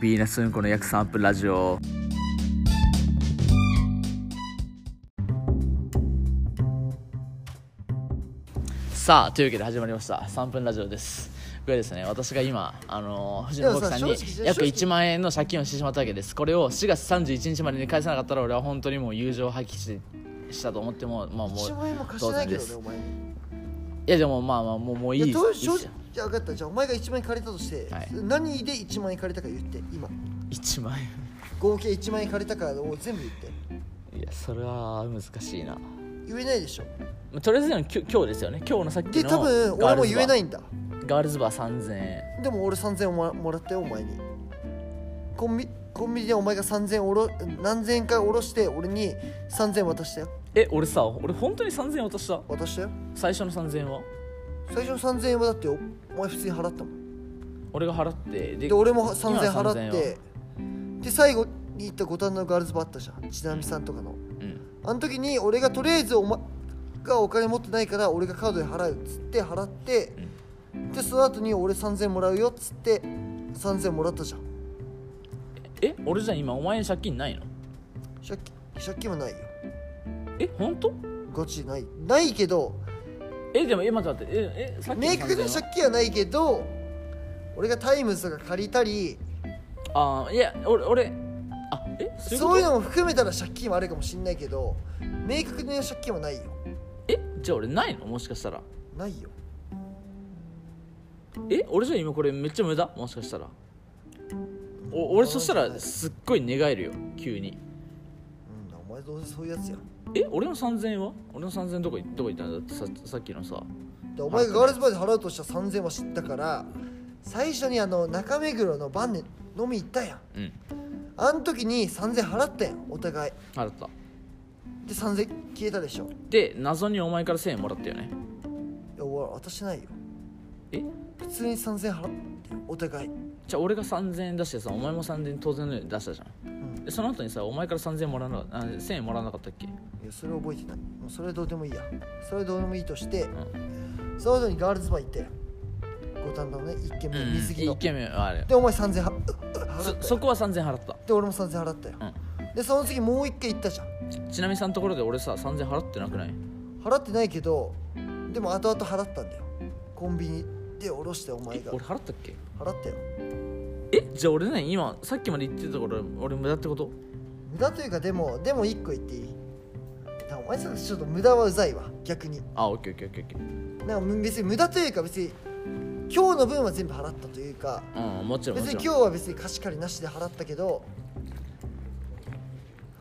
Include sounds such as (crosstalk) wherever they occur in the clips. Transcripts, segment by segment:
ビーナスうんこの約3分ラジオさあというわけで始まりました3分ラジオですこれですね私が今あのー藤野でも僕ささんに正直約正直1万円の借金をしてしまったわけですこれを4月31日までに返さなかったら俺は本当にもう友情を破棄してしたと思ってもまあもう一万円も貸してないけど当ね然お前にですいやでもまあまあもうもういいいやどうしよういいっすよじゃあ分かったじゃあお前が1万円借りたとして、はい何で1万円借りたか言って今1万円合計1万円借りたかを全部言っていやそれは難しいな言えないでしょまあとりあえずでもきょ今日ですよね今日のさっきので多分ガ俺ールもズ言バーえないんだガールズバー3000円でも俺3000円もらもらったよお前にコンビコンビニでお前が3000円おろ何千円かおろして俺に3000円渡したよえ俺さ俺本当に3000円渡した渡したよ最初の3000円は最初の3000円はだってお前普通に払ったもん俺が払ってでで俺も3000円今の3000払ってで最後に行った五反田のガールズバーあったじゃんちなみさんとかのうんあの時に俺がとりあえずお前がお金持ってないから俺がカードで払うっつって払って、でその後に俺3000円もらうよっつって3000円もらったじゃんえ俺じゃあ今お前に借金ないの借金借金はないよえ本当ガチないないけどえでもえ待って待ってええさっきの明確3000な円借金はないけど俺がタイムズとか借りたりはあーいや俺俺あえそういうことそういうのも含めたら借金はあるかもしんないけど明確な借金はないよえじゃあ俺ないのもしかしたらないよえ俺じゃあ今これめっちゃ無駄もしかしたらお俺そしたらすっごい寝返るよ急にうんお前どうせそういうやつやえ俺の3000円は俺の3000円どこいどこ行ったんだってささっきのさでお前がガールズバーで払うとしたら3000円は知ったから最初にあの中目黒の晩年飲み行ったやんうんあん時に3000円払ったやんお互い払ったで3000円消えたでしょいで謎にお前から1000円もらったよねや俺渡してないよえ普通に3000円払ってお互いじゃあ俺が3000円出してさお前も3000円当然のように出したじゃうんんでその後にさお前から3000円もらわなかったあ1000円もらわなかったっけいやそれ覚えてないもうそれはどうでもいいやそれはどうでもいいとしてうんその後にガールズバー行ったやん五反田のね一軒目水着の、 1軒目はあれでお前3000円は払そったそよこは3000円払ったで俺も3000円払ったよ、でその次もう一回行ったじゃんちなみにさんのところで俺さ3000円払ってなくない払ってないけどでも後々払ったんだよコンビニで下ろしてお前えが俺払ったっけ払ったよえじゃあ俺ね今さっきまで言ってたところ俺無駄ってこと無駄というかでもでも一個言っていいだからお前さちょっと無駄はうざいわ逆にあオッケーオッケーオッケーオッケーなんかむ別に無駄というか別に今日の分は全部払ったというかうんもちろんも別にち今ろん日は別に貸し借りなしで払ったけど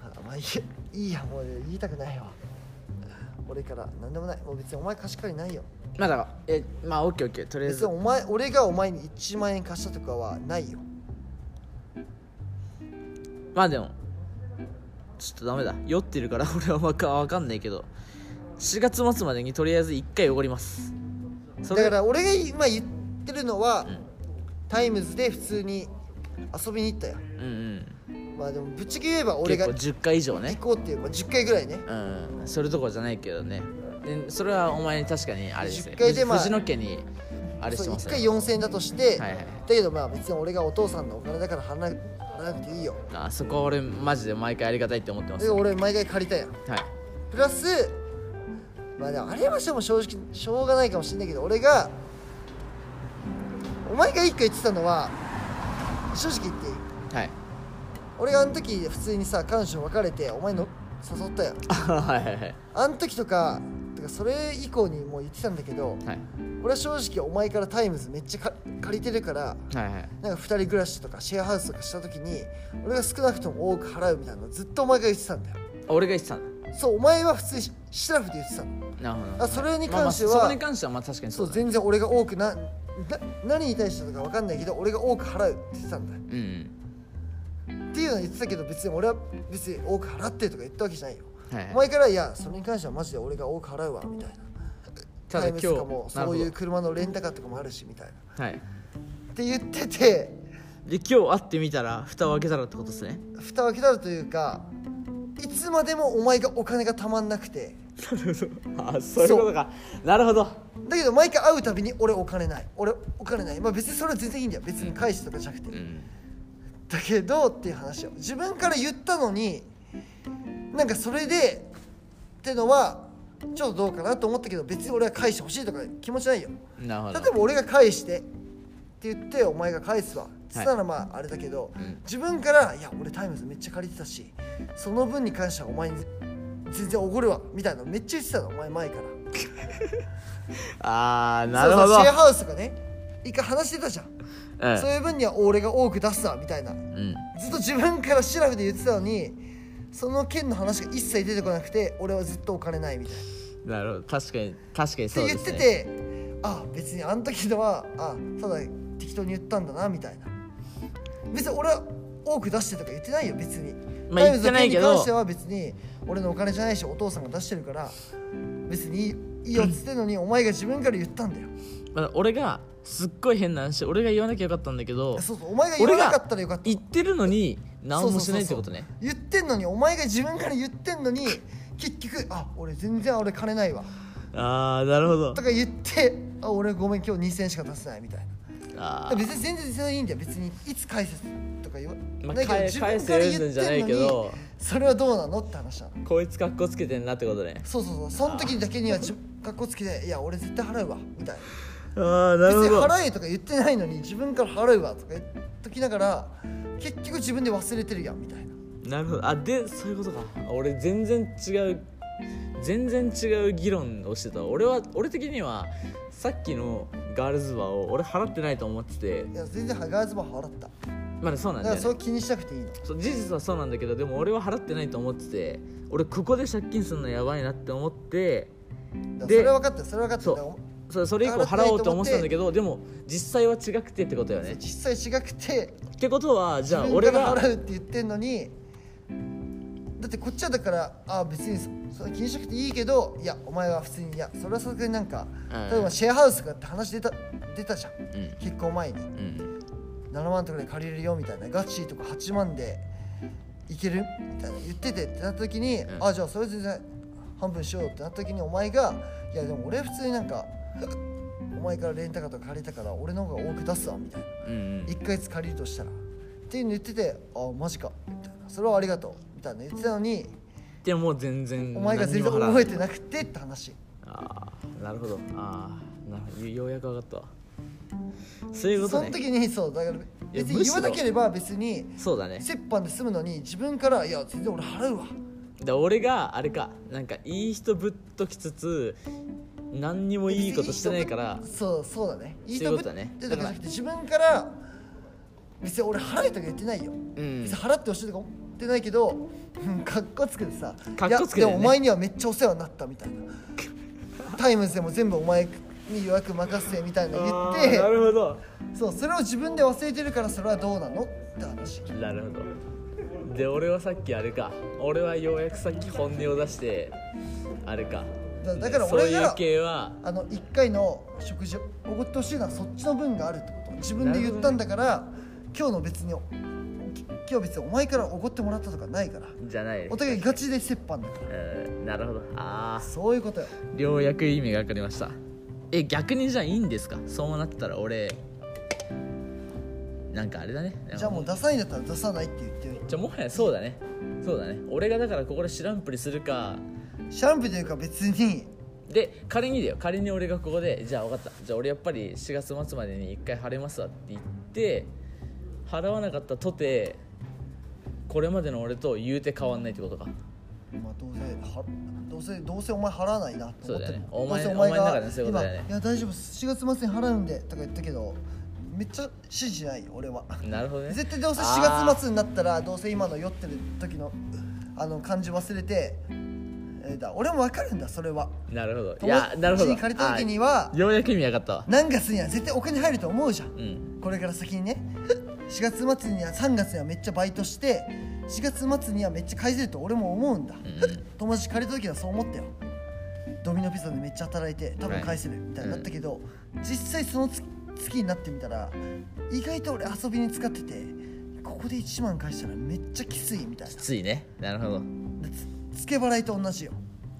あまあいいやいいやもう言いたくないわ俺から何でもないもう別にお前貸し借りないよまあだからえまあオッケーオッケーとりあえ別にずお前俺がお前に1万円貸したとかはないよまあでもちょっとダメだ酔ってるから (laughs) 俺はわかわかんないけど4月末までにとりあえず1回おごりますそれだから俺が今言ってるのは、んタイムズで普通に遊びに行ったようんうんまあでもぶっちゃけ言えば俺結構が行10回以上ねこうっていう、まあ、10回ぐらいねうんそれどころじゃないけどねでそれはお前に確かにあれですね10回でまあ藤野家にあれしてそうます1ね回4000円だとして、はいはいだけどまあ別に俺がお父さんのお金だから払わな払わなくていいよあそこは俺マジで毎回ありがたいって思ってま、です俺毎回借りたやんはいプラスまあでもあれはしても正直しょうがないかもしれないけど俺がお前が1個言ってたのは正直言っていいはい俺があの時普通にさ彼女と別れてお前の誘ったやんはいはいはいあの時とかとかそれ以降にもう言ってたんだけどはい俺は正直お前からタイムズめっちゃか借りてるからはいはいなんか2人暮らしとかシェアハウスとかした時に俺が少なくとも多く払うみたいなのずっとお前が言ってたんだよ俺が言ってたんだそうお前は普通にシラフで言ってたのなるほどあそれに関してはまあまあそこに関してはまあ確かにそそううだ、ね、全然俺が多くなな何に対してとか分かんないけど俺が多く払うって言ってたんだようんうんっていうのは言ってたけど別に俺は別に多く払ってとか言ったわけじゃないよはいはいお前からいやそれに関してはマジで俺が多く払うわみたいなただタイムズとか今も日なるそほうどいう車のレンタカーとかもあるしみたいなはい、って言っててで今日会ってみたら蓋を開けたらってことです (laughs) ね蓋を開けたらというかいつまでもお前がお金がたまんなくてなるほどあそういうことかなるほどだけど毎回会うたびに俺お金ない俺お金ないまあ別にそれは全然いいんだよ別に返すとかじゃなくて、うんだけどっていう話を自分から言ったのになんかそれでってのはちょっとどうかなと思ったけど別に俺は返してほしいとか気持ちないよなるほ例どえば俺が返してって言ってお前が返すわつったらまああれだけど、うん自分から「いや俺タイムズめっちゃ借りてたしその分に関してはお前に全然おごるわ」みたいなのめっちゃ言ってたのお前前からあーなるほそうどそうシェアハウスとかね一回話してたじゃん、うんそういう分には俺が多く出すわみたいなうんずっと自分から調べて言ってたのにその件の話が一切出てこなくて俺はずっとお金ないみたいななるほど確かに確かにそうってで言っすてねて、あ別にあの時のはあただ適当に言ったんだなみたいな別に俺は多く出してとか言ってないよ別に、まあ言ってないけどタイムズの件に関しては別に俺のお金じゃないしお父さんが出してるから別にいいいいよっつってんのにお前が自分から言ったんだよまあ俺がすっごい変な話俺が言わなきゃよかったんだけどそうそうお前が言わなかったらよかった言ってるのに何もしないってことねそうそうそうそう言ってんのにお前が自分から言ってんのに結局あ俺全然俺金ないわああなるほどとか言ってあ俺ごめん今日2000しか出せないみたいなあ別に全然全然いいんだよ別にいつ返せとか言わー、まあ、ないけど返自返分すからるんじゃな言いっけてんのにどそれはどうなのって話なのこいつかっこつけてんなってことねそうそうそうその時だけにはじかっこつけて「いや俺絶対払うわ」みたいああなな別に払えとか言ってないのに自分から払うわとか言っときながら結局自分で忘れてるやんみたいななるほどあでそういうことか俺全然違う全然違う議論をしてた俺は俺的にはさっきのガールズバーを俺払ってないと思ってていや全然ハガーズバー払ったまあそうなだんだからよ、それね、気にしなくていいのそう事実はそうなんだけどでも俺は払ってないと思ってて俺ここで借金するのやばいなって思ってだからそでれは分かったよそれは分かったそようだからそれそれ以降払おうと思ってたんだけどでも実際は違くてってことよね実際違くてってことはじゃあ自俺分かがら払うって言ってんのにだってこっちはだからああ別にそそれ気にしなくていいけどいやお前は普通にいやそれはさすがになんか、うん例えばシェアハウスとかって話出た出たじゃんうん結婚前にうん7万とかで借りれるよみたいなガチとか8万でいけるみたいな言っててってなった時に、うんああじゃあそれ全然半分しようってなった時にお前がいやでも俺普通になんかお前からレンタカーとか借りたから俺の方が多く出すわみたいなうん1ヶ月借りるとしたらっていうの言ってて「あマジか」みたいな「それはありがとう」みたいな言ってたのにでも全然お前が全然何にも払わ覚えてなくてって話ああなるほどああなるほどようやく分かったわそういうことそのね時にそうだから別いやむにし言ろわなければ別にそうだね折半で済むのに自分から「いや全然俺払うわ」で俺があれかなんかいい人ぶっときつつ何にもいいことしてないからそうそうだねいいそういうとこだことだねねじゃなくて自分から別に俺払えとか言ってないようん別に払ってほしいとか思ってないけどうんかっこつけてさ「かっこつけてねいやでもお前にはめっちゃお世話になった」みたいな「タイムズでも全部お前に予約任せ」みたいな言あっーなてるほどそうそれを自分で忘れてるからそれはどうなのって話なるほどで俺はさっきあれか俺はようやくさっき本音を出してあれかだだからそう俺がいう系はあの1回の食事をおごってほしいのはそっちの分があるってこと自分で言ったんだから、今日の別にき今日別にお前からおごってもらったとかないからじゃないお互いガチで折半だからうんなるほどああそういうことよようやく意味が分かりましたえ逆にじゃあいいんですかそうなったら俺なんかあれだねじゃあもう出ださないんだったら出さないって言ってよじゃあもはやそうだねそうだね俺がだからここで知らんぷりするかシャンプーというか別にで仮にだよ仮に俺がここでじゃあ分かったじゃあ俺やっぱり4月末までに1回払いますわって言って払わなかったとてこれまでの俺と言うて変わんないってことかまあどうせはどうせどうせお前払わないなと思ってそうだよねもお前どうせお前の中でそういうことだよね今いや大丈夫4月末に払うんでとか言ったけどめっちゃ指示ないよ俺はなるほどね絶対どうせ4月末になったらどうせ今の酔ってる時のあの感じ忘れて、えーだ俺も分かるんだそれはなるほどいやなるほど友達に借りた時にはあようやく意味分かったわ何月には絶対お金入ると思うじゃん、うんこれから先にね4月末には3月にはめっちゃバイトして4月末にはめっちゃ返せると俺も思うんだ、ん (laughs) 友達借りた時はそう思ったよドミノピザでめっちゃ働いて多分返せるみたいになったけど、実際その月月になってみたら意外と俺遊びに使っててここで1万返したらめっちゃきついみたいなきついねなるほどでつ付け払いと同じよ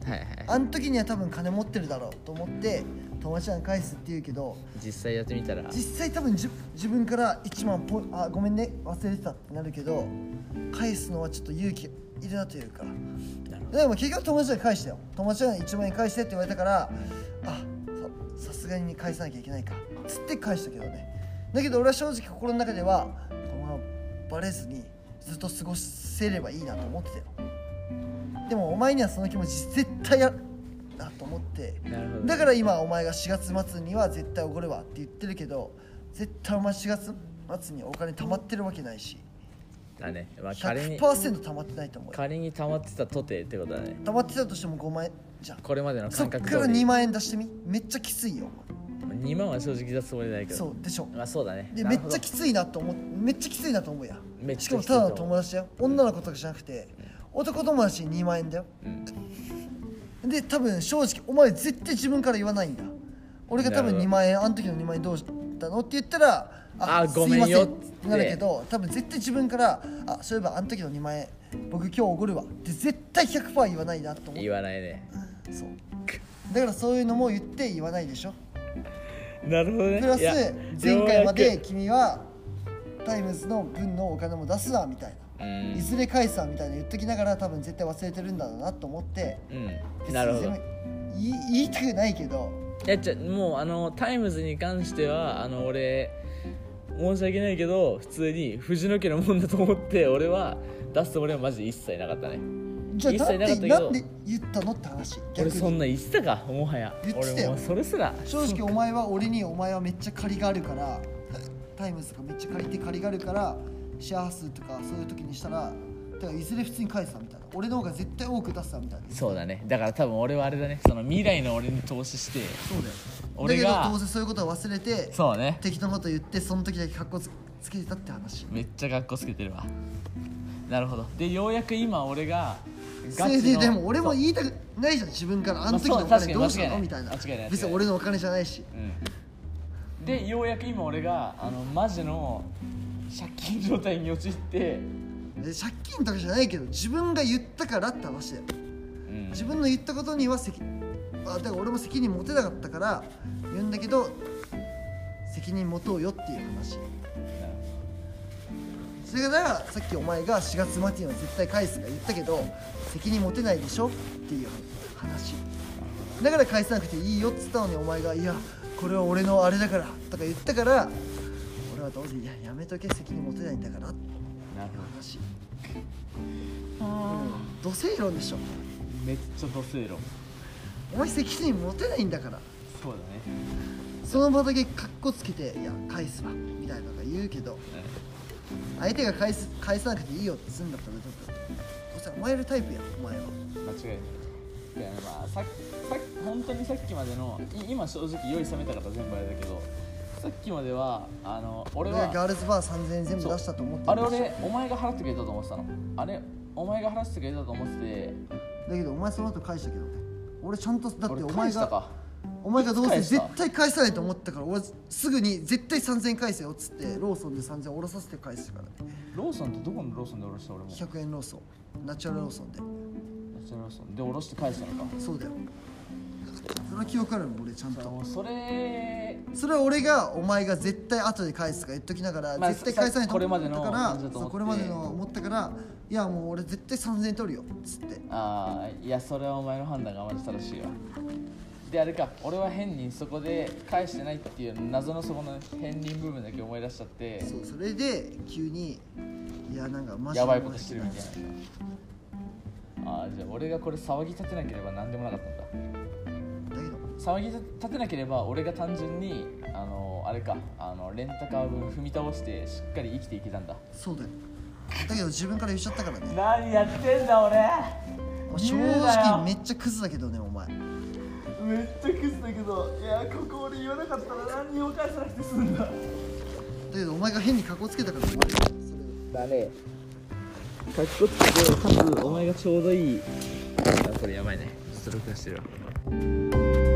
はいはいあの時には多分金持ってるだろうと思って友達なんか返すって言うけど実際やってみたら実際多分じ自分から1万ポイあごめんね忘れてたってなるけど返すのはちょっと勇気いるなというかなるほでも結局友達に返したよ友達に1万円返してって言われたからあささすがに返さなきゃいけないかつって返したけどねだけど俺は正直心の中ではこのままバレずにずっと過ごせればいいなと思ってたよでもお前にはその気持ち絶対やだと思ってどなるほどだから今お前が4月末には絶対おごるわって言ってるけど絶対お前4月末にお金貯まってるわけないしだねまあ仮に100%貯まってないと思うよ仮に溜まってたとてってことだね溜まってたとしても5万円じゃんこれまでのそっ感か覚ら通2り万円出してみめっちゃきついよ2万は正直出すつもりないけどそうでしょまあそうだねでなめるっほどちゃきついなと思うめっちゃきついなと思うやめっしちかゃもきついたと思だうの友達だよ女の子とかじゃなくて男友達に2万円だようんで多分正直お前絶対自分から言わないんだ俺が多分なるほど2万円あの時の2万円どうしたのって言ったらあすいごめんよませってなるけど多分絶対自分からあそういえばあの時の2万円僕今日おごるわって絶対100%言わないなと思って言わないねそうだからそういうのも言って言わないでしょなるほどねプラスいや前回まようでやく君はタイムズの分のお金も出すなみたいな、うんいずれ返すわみたいな言っときながら多分絶対忘れてるんだろうなと思って別うにんなるほど全部言い言いたくないけどいやじゃもうあのタイムズに関してはあの俺申し訳ないけど普通に藤野家のもんだと思って俺は出すつもりはマジで一切なかったねじゃあ一な切んなかったでけなどんで言ったのって話逆俺そんにな言ってたかもはや言ってた俺よもうそれすら正直お前は俺にお前はめっちゃ借りがあるからタイムズとかめっちゃ借りて借りがあるからシェアハウスとかそういう時にしたらだからいずれ普通に返すわみたいな俺の方が絶対多く出すわみたいなそうだねだから多分俺はあれだねその未来の俺に投資してそうだよ俺がだけどどうせそういうことは忘れてそうね適当なこと言ってその時だけ格好つつけてたって話めっちゃ格好つけてるわなるほどでようやく今俺がそれででも俺もそう言いたくないじゃん自分からあの時まあのそおう金どうし確たかのにみたいな間違いない間違いない別に俺のお金じゃないしうんでようやく今俺があのマジの借金状態に陥って、で借金とかじゃないけど自分が言ったからって話だようん自分の言ったことには責あだから俺も責任持てなかったから言うんだけど責任持とうよっていう話それからさっきお前が4月末には絶対返すが言ったけど責任持てないでしょっていう話だから返さなくていいよっつったのにお前が「いやこれは俺のあれだから」とか言ったから俺はどうせ「いややめとけ責任持てないんだから」っていうなる話土星論でしょほどめっちゃ土水路お前責任持てないんだからそうだねその場だけカッコつけて「いや返すわ」みたいなのが言うけど相手が返す返さなくていいよってすんだったらちょっとそしたら燃えるタイプやんお前は間違いないいやまあさっきさっき本当にさっきまでのい今正直酔い冷めた方全部あれだけどさっきまではあの俺俺がはガールズバー3000円全部そう出したと思ってあるれんでしょ俺お前が払ってくれたと思ってたのあれお前が払ってくれたと思っててだけどお前その後返したけどね俺ちゃんとだって俺お前返したがかお前がどうせ返した絶対返さないと思ったから俺すぐに絶対3000円返せよっつってローソンで3000円下ろさせて返したからねローソンってどこのローソンで下ろした俺もめっちゃ100円ローソンナチュラルローソンでローソンで下ろして返したのかそうだよそれは記憶あるもん俺ちゃんともうそれそれは俺がお前が絶対後で返すとか言っときながら、まあ絶対返さないと思ったかこれまでのら感じだと思ってそうこれまでの思ったからいやもう俺絶対3000円取るよっつってああいやそれはお前の判断がまじ正しいわであれか俺は変にそこで返してないっていう謎のそこの変人部分だけ思い出しちゃってそうそれで急にいやなんかマジやばいことしてるみたいななああじゃあ俺がこれ騒ぎ立てなければ何でもなかったんだだけど騒ぎ立てなければ俺が単純にあのあれかあのレンタカー分踏み倒してしっかり生きていけたんだそうだよだけど自分から言っちゃったからね何やってんだ俺まあ正直めっちゃクズだけどねお前めっちゃクズだけどいやここ俺言わなかったら何にも返さなくて済んだだけどお前が変に格好つけたから終わるよそだれねかっこつけてかつお前がちょうどいいあこれやばいねちょっと録画してるわ